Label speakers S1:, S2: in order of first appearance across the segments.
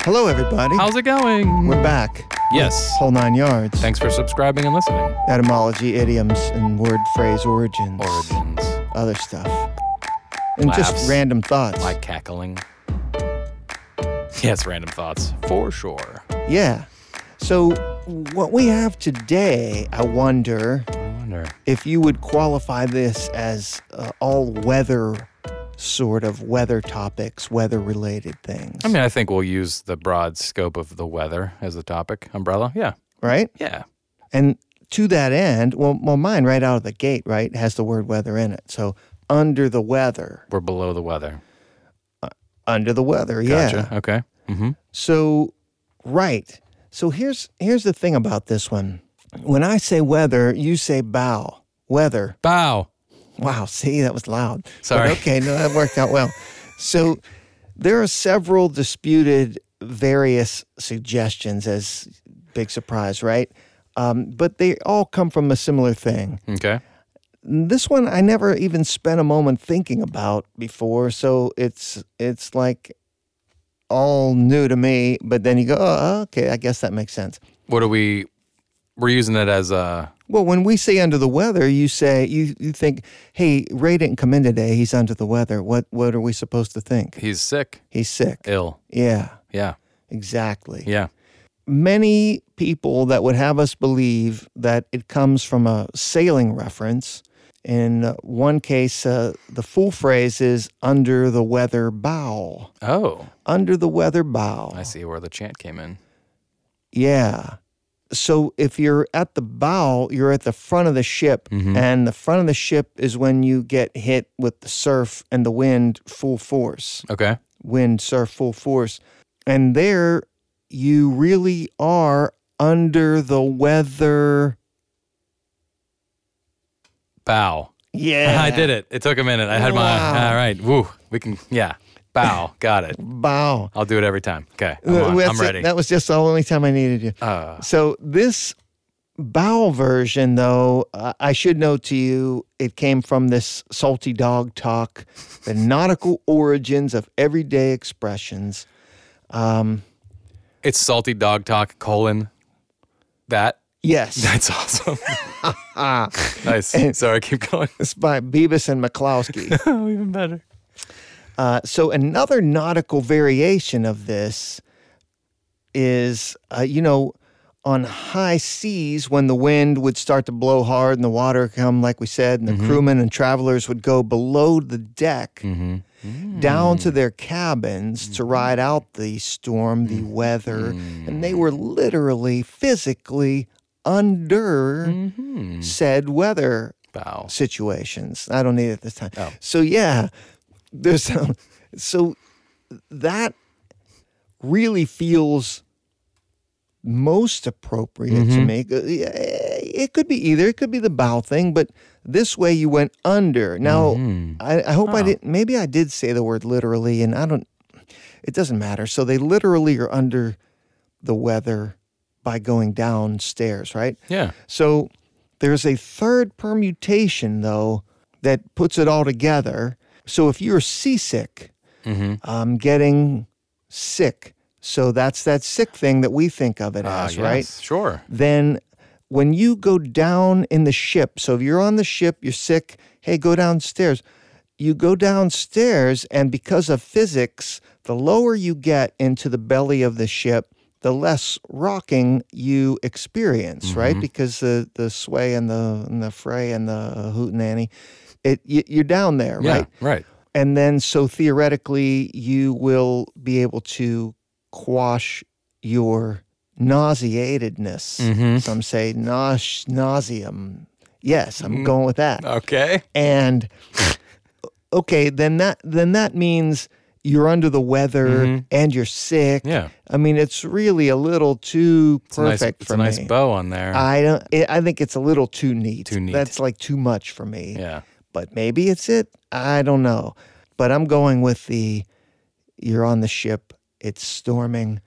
S1: Hello, everybody.
S2: How's it going?
S1: We're back.
S2: Yes.
S1: Whole nine yards.
S2: Thanks for subscribing and listening.
S1: Etymology, idioms, and word phrase origins.
S2: Origins.
S1: Other stuff. And
S2: Laughs.
S1: just random thoughts.
S2: Like cackling. Yes, random thoughts. For sure.
S1: yeah. So, what we have today, I wonder
S2: I wonder.
S1: if you would qualify this as uh, all weather sort of weather topics, weather related things.
S2: I mean, I think we'll use the broad scope of the weather as the topic umbrella. Yeah.
S1: right?
S2: Yeah.
S1: And to that end, well, well, mine right out of the gate, right, has the word weather in it. So, under the weather,
S2: We're below the weather.
S1: under the weather, yeah.
S2: Gotcha. Okay. Mm-hmm.
S1: So, right. So here's here's the thing about this one. When I say weather, you say bow. Weather.
S2: Bow.
S1: Wow. See, that was loud. But
S2: Sorry.
S1: okay, no, that worked out well. So there are several disputed various suggestions as big surprise, right? Um, but they all come from a similar thing.
S2: Okay.
S1: This one I never even spent a moment thinking about before, so it's it's like all new to me. But then you go, oh, okay, I guess that makes sense.
S2: What are we? We're using it as uh, a.
S1: Well, when we say under the weather, you say you, you think, hey, Ray didn't come in today. He's under the weather. What what are we supposed to think?
S2: He's sick,
S1: He's sick.
S2: ill.
S1: Yeah,
S2: Yeah.
S1: exactly.
S2: Yeah.
S1: Many people that would have us believe that it comes from a sailing reference. In uh, one case, uh, the full phrase is under the weather bow.
S2: Oh,
S1: Under the weather bow.
S2: I see where the chant came in.
S1: Yeah. So if you're at the bow, you're at the front of the ship,
S2: Mm-hmm.
S1: and the front of the ship is when you get hit with the surf and the wind full force.
S2: Okay.
S1: Wind, surf, full force. And there you really are under the weather.
S2: Bow.
S1: Yeah.
S2: I did it. It took a minute. I had my.
S1: Wow.
S2: All right. Woo. We can. Yeah. Bow. Got it.
S1: Bow.
S2: I'll do it every time. Okay. I'm, on.
S1: Uh, That's
S2: I'm
S1: it.
S2: ready.
S1: That was just the only time I needed you.
S2: Uh,
S1: So this bow version, though, uh, I should note to you, it came from this salty dog talk, the nautical origins of everyday expressions.
S2: it's salty dog talk colon that.
S1: Yes, uh,
S2: That's awesome. nice. Sorry. Keep going.
S1: it's by Beavis and McCloskey.
S2: oh, even better.
S1: Uh, so another nautical variation of this is, uh, you know, on high seas when the wind would start to blow hard and the water come, like we said, and the crewmen and travelers would go below the deck.
S2: Mm-hmm.
S1: down to their cabins to ride out the storm, the weather, and they were literally physically under
S2: Mm-hmm.
S1: said weather
S2: Bow.
S1: situations. I don't need it this time.
S2: Oh.
S1: So yeah, there's some, so that really feels most appropriate to me. Uh, Yeah, It could be either. It could be the bow thing, but this way you went under. Now
S2: Mm-hmm.
S1: I, I hope I didn't. Maybe I did say the word literally, and I don't. It doesn't matter. So they literally are under the weather by going downstairs, right?
S2: Yeah.
S1: So there's a third permutation, though, that puts it all together. So if you're seasick,
S2: Mm-hmm.
S1: um, getting sick, so that's that sick thing that we think of it
S2: Uh,
S1: as, right?
S2: yes, Sure.
S1: Then when you go down in the ship, so if you're on the ship, you're sick, hey, go downstairs. You go downstairs, and because of physics, the lower you get into the belly of the ship, the less rocking you experience, right? Because the the sway and the and the fray and the hootenanny, it you, you're down there,
S2: Yeah.
S1: right?
S2: Right.
S1: And then, so theoretically, you will be able to quash your nauseatedness.
S2: Mhm.
S1: Some say naus- nauseum. Yes,
S2: Hmm.
S1: I'm going with that.
S2: Okay.
S1: And okay, then that then that means you're under the weather and you're sick.
S2: Mm-hmm. Yeah.
S1: I mean, it's really a little too
S2: It's a nice,
S1: perfect
S2: it's
S1: for
S2: a nice
S1: me.
S2: bow on there.
S1: I don't. It, I think it's a little too neat.
S2: Too neat.
S1: That's like too much for me
S2: yeah.
S1: but maybe it's it. I don't know. But I'm going with the you're on the ship, it's storming,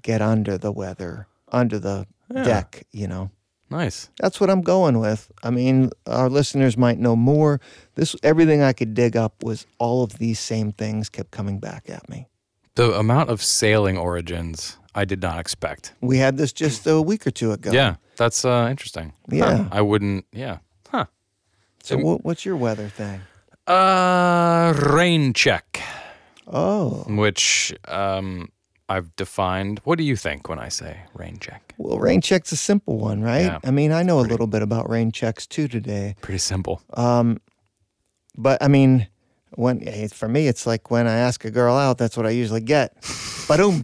S1: get under the weather, under the deck, you know.
S2: Nice.
S1: That's what I'm going with. I mean, our listeners might know more. This everything I could dig up was all of these same things kept coming back at me.
S2: The amount of sailing origins I did not expect.
S1: We had this just a week or two ago.
S2: Yeah, that's uh, interesting. Huh.
S1: Yeah.
S2: I wouldn't. Yeah. Huh.
S1: So what, what's your weather thing?
S2: Uh, rain check,
S1: Oh,
S2: which um, I've defined. What do you think when I say rain check?
S1: well, rain check's a simple one, right?
S2: Yeah.
S1: I mean, I know a little bit about rain checks too today.
S2: Pretty simple.
S1: but I mean, when eh, for me, it's like when I ask a girl out, that's what I usually get. But um,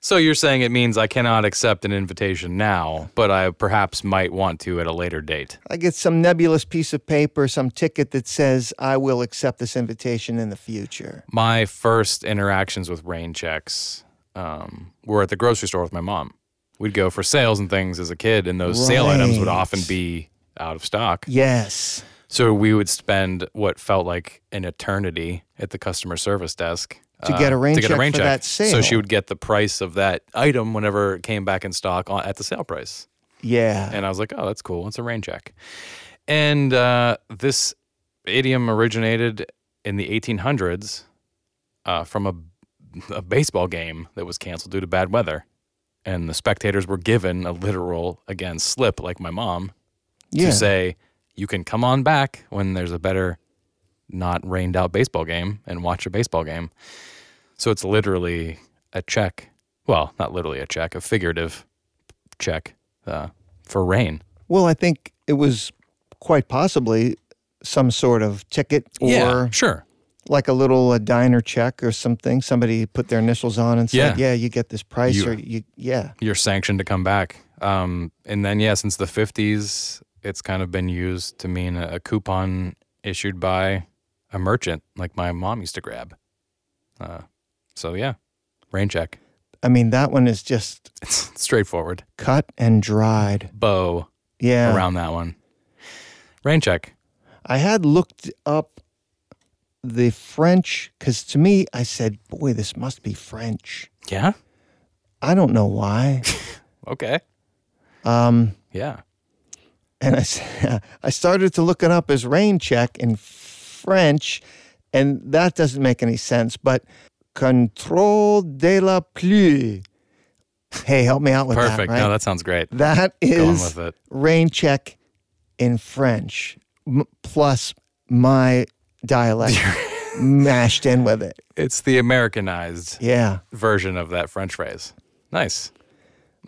S2: So you're saying it means I cannot accept an invitation now, but I perhaps might want to at a later date.
S1: I get some nebulous piece of paper, some ticket that says I will accept this invitation in the future.
S2: My first interactions with rain checks um, were at the grocery store with my mom. We'd go for sales and things as a kid, and those sale items would
S1: Right.
S2: often be out of stock.
S1: Yes,
S2: So we would spend what felt like an eternity at the customer service desk uh,
S1: To get a rain
S2: to get a
S1: check
S2: rain
S1: for
S2: check.
S1: that
S2: So
S1: sale.
S2: she would get the price of that item whenever it came back in stock on, at the sale price.
S1: yeah,
S2: And I was like, oh, that's cool. It's a rain check. And uh, this idiom originated in the 1800s uh, from a, a baseball game that was canceled due to bad weather. And the spectators were given a literal, again, slip, like my mom,
S1: yeah.
S2: to say, you can come on back when there's a better, not rained out baseball game and watch a baseball game. So it's literally a check. Well, not literally a check, a figurative check uh, for rain.
S1: well, I think it was quite possibly some sort of ticket or
S2: yeah, sure.
S1: like a little uh diner check or something. Somebody put their initials on and said,
S2: Yeah.
S1: "Yeah, you get this price,"
S2: You-
S1: or you, yeah.
S2: You're sanctioned to come back. Um, and then, yeah, since the 50s, it's kind of been used to mean a, a coupon issued by a merchant, like my mom used to grab. Uh, so, yeah, rain check.
S1: I mean, that one is just
S2: It's straightforward.
S1: cut and dried.
S2: bow
S1: Yeah.
S2: around that one. Rain check.
S1: I had looked up the French because to me, I said, boy, this must be French.
S2: Yeah.
S1: I don't know why.
S2: Okay.
S1: Um,
S2: Yeah.
S1: and I, s- I started to look it up as rain check in French, and that doesn't make any sense. But contrôle de la pluie. Hey, help me out with
S2: Perfect.
S1: that. Right?
S2: No, that sounds great.
S1: that
S2: Going
S1: is
S2: with it.
S1: rain check in French m- plus my dialect mashed in with it.
S2: It's the Americanized
S1: Yeah,
S2: version of that French phrase. Nice.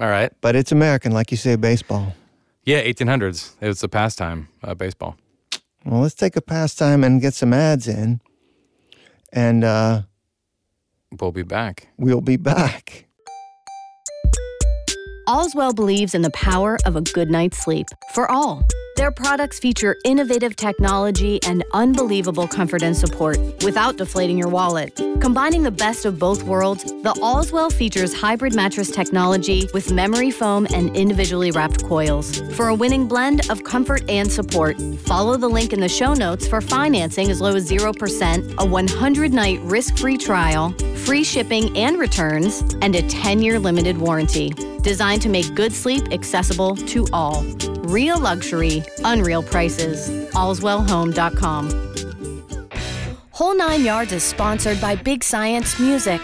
S2: All right.
S1: but it's American, like you say, baseball.
S2: Yeah, 1800s. It's a pastime, uh, baseball.
S1: Well, let's take a pastime and get some ads in, and uh,
S2: We'll be back.
S1: we'll be back.
S3: Allswell believes in the power of a good night's sleep for all. Their products feature innovative technology and unbelievable comfort and support without deflating your wallet. Combining the best of both worlds, the Allswell features hybrid mattress technology with memory foam and individually wrapped coils for a winning blend of comfort and support. Follow the link in the show notes for financing as low as 0%, a 100 night risk free trial, free shipping and returns, and a 10 year limited warranty designed to make good sleep accessible to all. Real luxury, unreal prices. AllswellHome.com. Whole Nine Yards is sponsored by Big Science Music.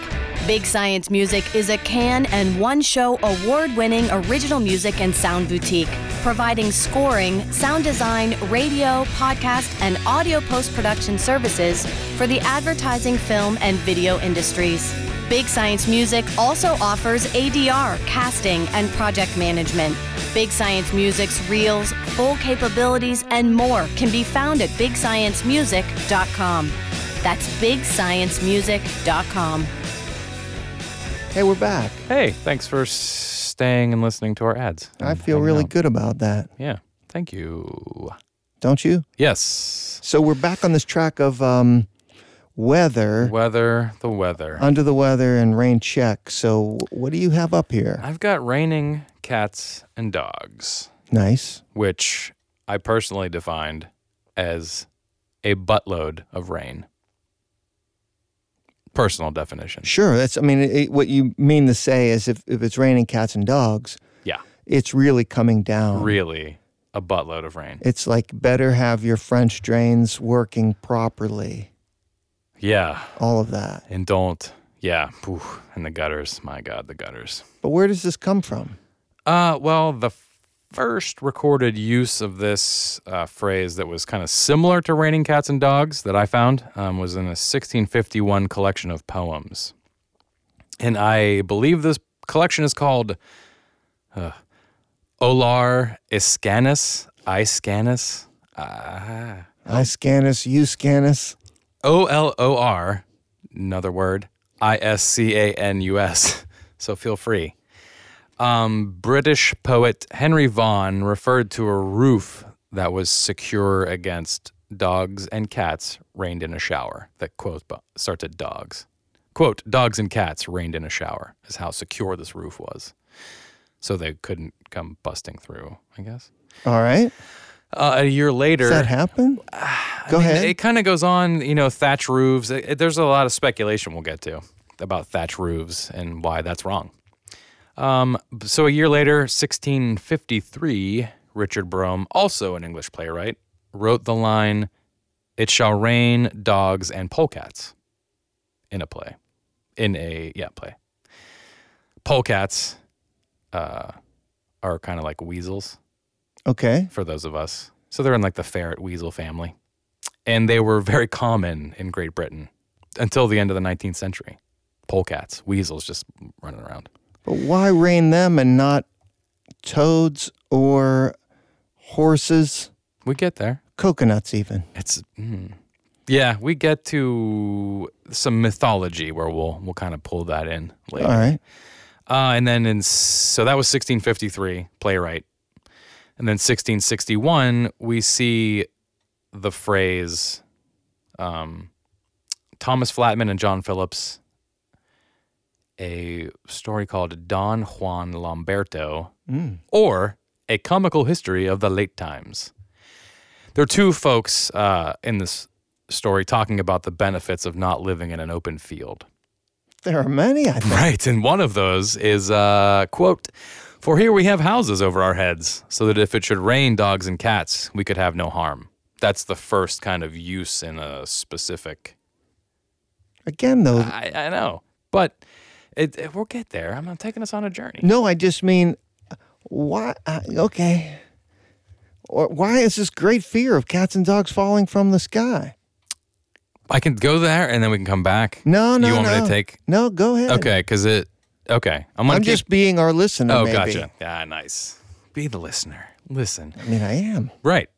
S3: Big Science Music is a can and one show award winning original music and sound boutique, providing scoring, sound design, radio, podcast, and audio post production services for the advertising, film, and video industries. Big Science Music also offers ADR, casting, and project management. Big Science Music's reels, full capabilities, and more can be found at bigsciencemusic.com. That's bigsciencemusic.com.
S1: Hey, we're back.
S2: Hey, thanks for s- staying and listening to our ads.
S1: Oh, I
S2: and
S1: feel
S2: hanging
S1: really
S2: out.
S1: good about that,
S2: Yeah. Thank you.
S1: don't you?
S2: Yes.
S1: So we're back on this track of um, weather,
S2: Weather, the weather.
S1: under the weather, and rain check. So what do you have up here?
S2: I've got raining cats and dogs.
S1: Nice.
S2: which I personally defined as a buttload of rain. Personal definition.
S1: Sure. That's. I mean, it, what you mean to say is if, if it's raining cats and dogs,
S2: Yeah.
S1: it's really coming down.
S2: Really a buttload of rain.
S1: It's like better have your French drains working properly.
S2: Yeah.
S1: all of that.
S2: And don't. Yeah. Poof. And the gutters. My God, the gutters.
S1: But where does this come from?
S2: Uh, well, the first recorded use of this uh, phrase that was kind of similar to raining cats and dogs that I found um, was in a 1651 collection of poems. And I believe this collection is called uh, Olar Iscanus, Iscanus,
S1: I scan us, you scan us.
S2: O L O R, another word, I S C A N U S. So feel free. Um, British poet Henry Vaughan referred to a roof that was secure against dogs and cats rained in a shower. That quote bu- starts at dogs. Quote, dogs and cats rained in a shower is how secure this roof was. So they couldn't come busting through, I guess.
S1: All right.
S2: Uh, a year later.
S1: Does that happen? Go
S2: I mean,
S1: ahead.
S2: It kind of goes on, you know, thatch roofs. It- it- there's a lot of speculation we'll get to about thatch roofs and why that's wrong. Um, b- so a year later, 1653, Richard Brome, also an English playwright, wrote the line, "It shall rain dogs and polecats," in a play, in a yeah play. Polecats uh, are kind of like weasels
S1: okay.
S2: for those of us. So they're in like the ferret weasel family. And they were very common in Great Britain until the end of the 19th century. Polecats, weasels just running around.
S1: But why rain them and not toads or horses,
S2: We get there.
S1: coconuts, even?
S2: It's mm. yeah, we get to some mythology where we'll we'll kind of pull that in later.
S1: All right.
S2: Uh, and then in so that was 1653 playwright, and then 1661 we see the phrase um, Thomas Flatman and John Phillips. A story called Don Juan Lamberto, or a comical history of the late times. There are two folks uh, in this story talking about the benefits of not living in an open field.
S1: There are many, I think.
S2: Right, and one of those is uh, quote, "For here we have houses over our heads, so that if it should rain dogs and cats, we could have no harm." That's the first kind of use in a specific.
S1: Again, though,
S2: I, I know, but it, it- we'll get there. I'm, I'm taking us on a journey.
S1: no, I just mean, why? Uh, okay. Or why is this great fear of cats and dogs falling from the sky?
S2: I can go there, and then we can come back.
S1: No, no,
S2: You want
S1: no.
S2: me to take?
S1: No, go ahead.
S2: Okay, because it. Okay, I'm gonna
S1: I'm
S2: keep-
S1: just being our listener.
S2: Oh,
S1: maybe.
S2: gotcha. Yeah, nice. Be the listener. Listen.
S1: I mean, I am.
S2: Right.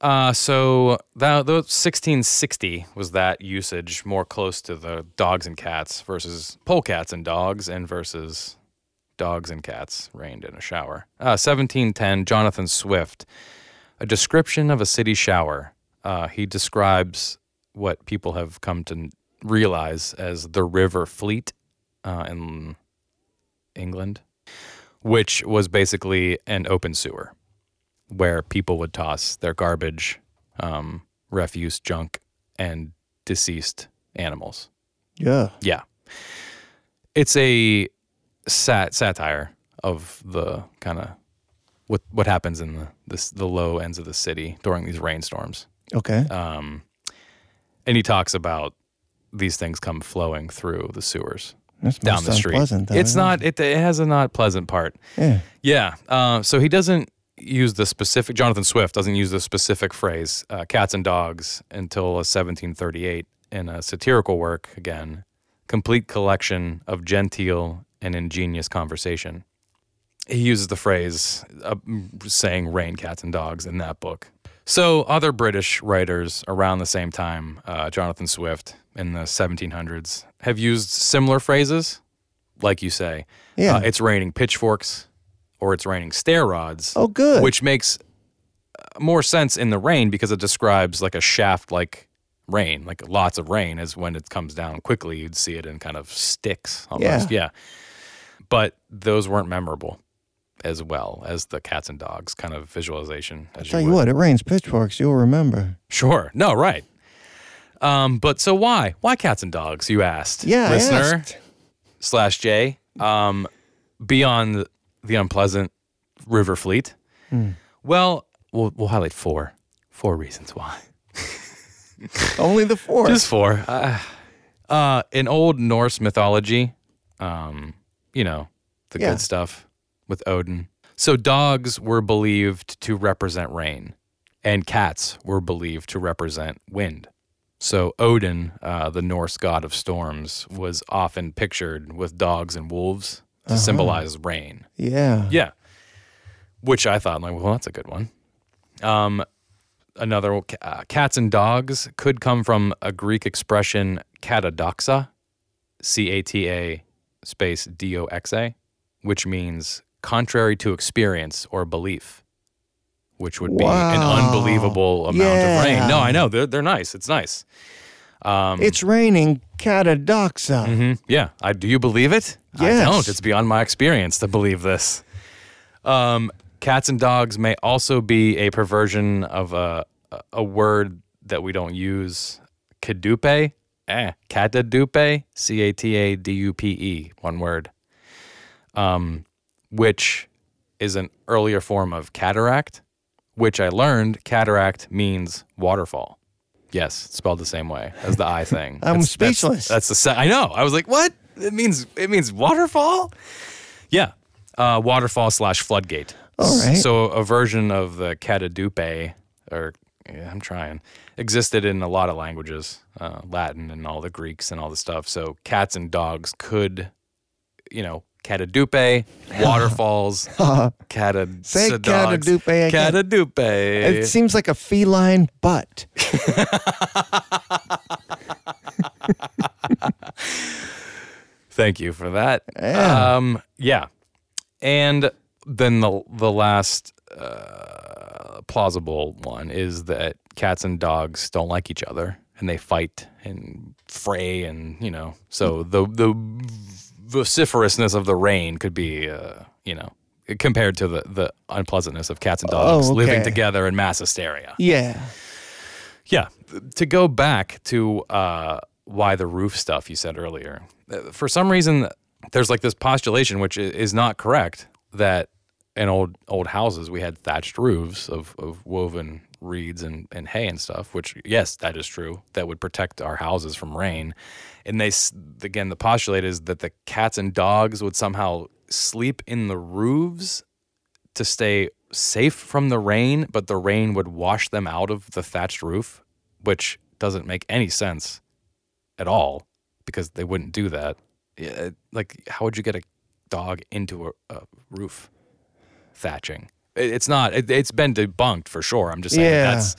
S2: Uh, so that, the 1660 was that usage more close to the dogs and cats versus polecats and dogs and versus dogs and cats rained in a shower. Uh, 1710, Jonathan Swift, a description of a city shower. Uh, he describes what people have come to n- realize as the River Fleet uh, in England, which was basically an open sewer where people would toss their garbage, um, refuse, junk, and deceased animals.
S1: Yeah.
S2: Yeah. It's a sat- satire of the kind of what what happens in the this, the low ends of the city during these rainstorms.
S1: Okay.
S2: Uh, And he talks about these things come flowing through the sewers
S1: That's
S2: down
S1: most
S2: the street.
S1: unpleasant, though,
S2: it's
S1: isn't it?
S2: not it, it has a not pleasant part.
S1: Yeah.
S2: Yeah. Uh, so he doesn't use the specific, Jonathan Swift doesn't use the specific phrase uh, cats and dogs until uh, 1738 in a satirical work, again, complete collection of genteel and ingenious conversation. He uses the phrase uh, saying rain cats and dogs in that book. So, other British writers around the same time, uh, Jonathan Swift in the 1700s, have used similar phrases, like you say.
S1: Yeah.
S2: Uh, it's raining pitchforks or it's raining stair rods.
S1: Oh, good.
S2: Which makes uh, more sense in the rain because it describes like a shaft like rain, like lots of rain is when it comes down quickly. You'd see it in kind of sticks almost. Yeah. But those weren't memorable as well as the cats and dogs kind of visualization. As
S1: Tell
S2: you
S1: you
S2: would.
S1: what, it rains pitchforks. You'll remember.
S2: Sure. No, right. Um, but so why? Why cats and dogs, you asked?
S1: Yeah. I
S2: listener
S1: asked.
S2: slash J, um, beyond the unpleasant River Fleet?
S1: Hmm.
S2: Well, we'll we'll highlight four four reasons why.
S1: Only the four.
S2: Just four. Uh, Uh, in old Norse mythology, um, you know, the
S1: Yeah.
S2: good stuff with Odin. So dogs were believed to represent rain, and cats were believed to represent wind. So Odin, uh, the Norse god of storms, was often pictured with dogs and wolves
S1: Uh-huh.
S2: to symbolize rain.
S1: Yeah.
S2: Yeah. Which I thought, like, well, that's a good one. Um, another, uh, cats and dogs could come from a Greek expression, katadoxa, C A T A space D O X A, which means contrary to experience or belief, which would be an
S1: Wow.
S2: unbelievable amount of rain. No,
S1: Yeah.
S2: I know. They're, they're nice. It's nice. Um,
S1: It's raining catadoxa.
S2: hmm Yeah. I, do you believe it? I don't.
S1: Yes.
S2: It's beyond my experience to believe this. Um, cats and dogs may also be a perversion of a, a word that we don't use. Cadupe. Eh. Catadupe. C A T A D U P E. One word. Um, which is an earlier form of cataract, which I learned cataract means waterfall. Yes, it's spelled the same way as the eye thing.
S1: I'm
S2: That's- that's-
S1: speechless.
S2: That's, the se- I know. I was like, what? It means it means waterfall. Yeah, uh, waterfall slash floodgate.
S1: All right.
S2: So a version of the catadupe, or yeah, I'm trying, existed in a lot of languages, uh, Latin and all the Greeks and all the stuff. So cats and dogs could, you know, catadupe, waterfalls, cata.
S1: Say
S2: so dogs-
S1: catadupe again.
S2: Catadupe.
S1: It seems like a feline butt.
S2: Thank you for that.
S1: Yeah.
S2: Um, yeah. And then the the last uh, plausible one is that cats and dogs don't like each other and they fight and fray and you know so
S1: Mm.
S2: the the vociferousness of the rain could be uh, you know compared to the the unpleasantness of cats and dogs
S1: Oh,
S2: living
S1: okay.
S2: together in mass hysteria.
S1: Yeah.
S2: Yeah. To go back to uh, why the roof stuff you said earlier, uh, for some reason, there's like this postulation, which i- is not correct, that in old old houses we had thatched roofs of, of woven reeds and, and hay and stuff, which, yes, that is true. That would protect our houses from rain. And they, s- again, the postulate is that the cats and dogs would somehow sleep in the roofs to stay safe from the rain, but the rain would wash them out of the thatched roof, which doesn't make any sense at all because they wouldn't do that. Yeah, uh, Like, how would you get a dog into a, a roof thatching? It- It's not. It, it's been debunked for sure. I'm just saying
S1: Yeah.
S2: that's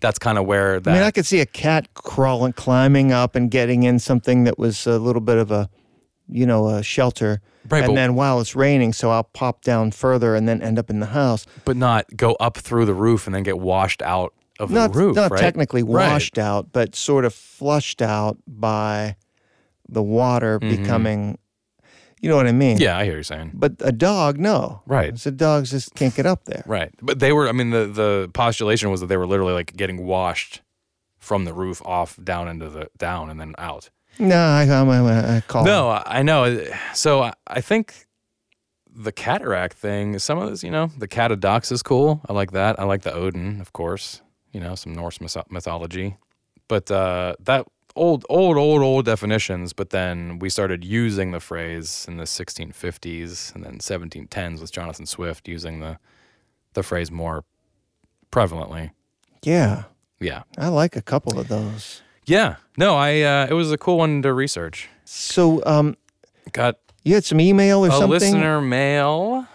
S2: that's kind of where that.
S1: I mean, I could see a cat crawling, climbing up, and getting in something that was a little bit of a, you know, a shelter.
S2: Right, but-
S1: and then wow, it's raining, so I'll pop down further and then end up in the house.
S2: but not go up through the roof and then get washed out of
S1: Not,
S2: the roof.
S1: not
S2: right?
S1: technically
S2: Right.
S1: washed out, but sort of flushed out by the water becoming. You know what I mean?
S2: Mm-hmm. Yeah, I hear you saying.
S1: But a dog, no.
S2: Right.
S1: So dogs just can't get up there.
S2: Right. But they were, I mean, the, the postulation was that they were literally like getting washed from the roof off down into the down and then out.
S1: No, I, I, I, I call.
S2: No, I I know. So I, I think the cataract thing, some of this, you know, the catadox is cool. I like that. I like the Odin, of course, you know, some Norse myth- mythology. But uh, that old, old, old, old definitions. But then we started using the phrase in the 1650s and then 1710s with Jonathan Swift using the, the phrase more prevalently.
S1: Yeah,
S2: Yeah.
S1: I like a couple of those.
S2: Yeah. No, I, uh, it was a cool one to research.
S1: So, um,
S2: Got
S1: you had some email or
S2: a
S1: something?
S2: listener mail.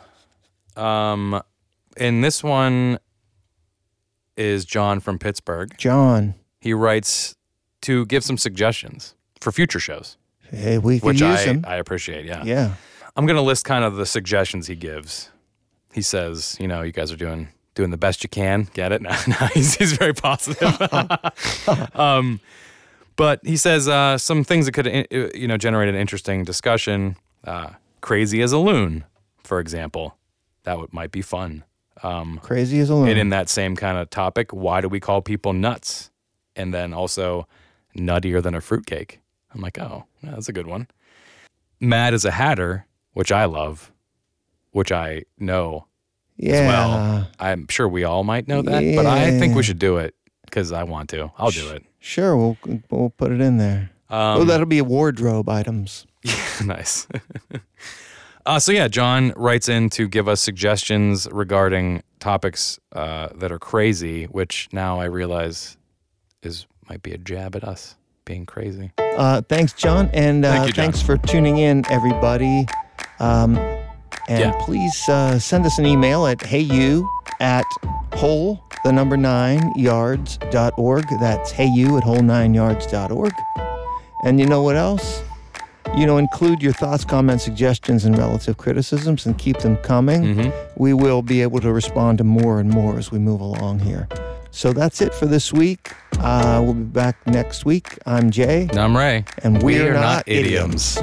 S2: Um, and this one is John from Pittsburgh.
S1: John.
S2: He writes to give some suggestions for future shows,
S1: Hey, we could
S2: which
S1: use
S2: I,
S1: them.
S2: I appreciate. Yeah.
S1: yeah.
S2: I'm gonna list kind of the suggestions he gives. He says, you know, you guys are doing doing the best you can. Get it? No, no, he's, he's very positive. um, but he says uh, some things that could, uh, you know, generate an interesting discussion. Uh, crazy as a loon, for example, that would, might be fun. Um,
S1: Crazy as a loon.
S2: and in that same kind of topic, why do we call people nuts? And then also, nuttier than a fruitcake. I'm like, oh, yeah, that's a good one. Mad as a hatter, which I love, which I know
S1: yeah.
S2: as well. I'm sure we all might know that, but I think we should do it because I want to. I'll do it.
S1: Sure, we'll we'll put it in there.
S2: Um,
S1: oh, that'll be wardrobe items.
S2: nice. uh, so yeah, John writes in to give us suggestions regarding topics uh, that are crazy, which now I realize is might be a jab at us being crazy.
S1: Uh, thanks, John, and uh,
S2: Thank you, John.
S1: thanks for tuning in, everybody. Um, and
S2: Yeah.
S1: please uh, send us an email at heyu at whole the number nine yards dot org. That's heyu at whole nine yards dot org. And you know what else? You know, include your thoughts, comments, suggestions, and relative criticisms, and keep them coming.
S2: Mm-hmm.
S1: We will be able to respond to more and more as we move along here. So that's it for this week. Uh, we'll be back next week. I'm Jay.
S2: I'm Ray,
S1: And we
S2: We
S1: are
S2: are
S1: not idioms.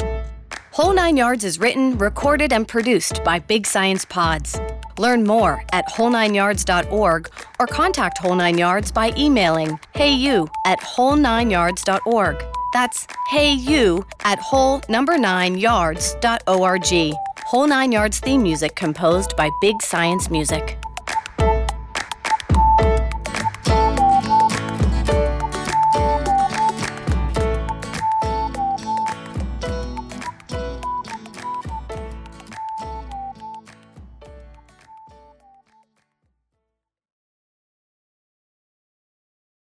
S3: Whole Nine Yards is written, recorded, and produced by Big Science Pods. Learn more at whole9yards.org or contact Whole Nine Yards by emailing heyu at whole9yards.org. That's heyu at whole number nine yards dot org. Whole Nine Yards theme music composed by Big Science Music.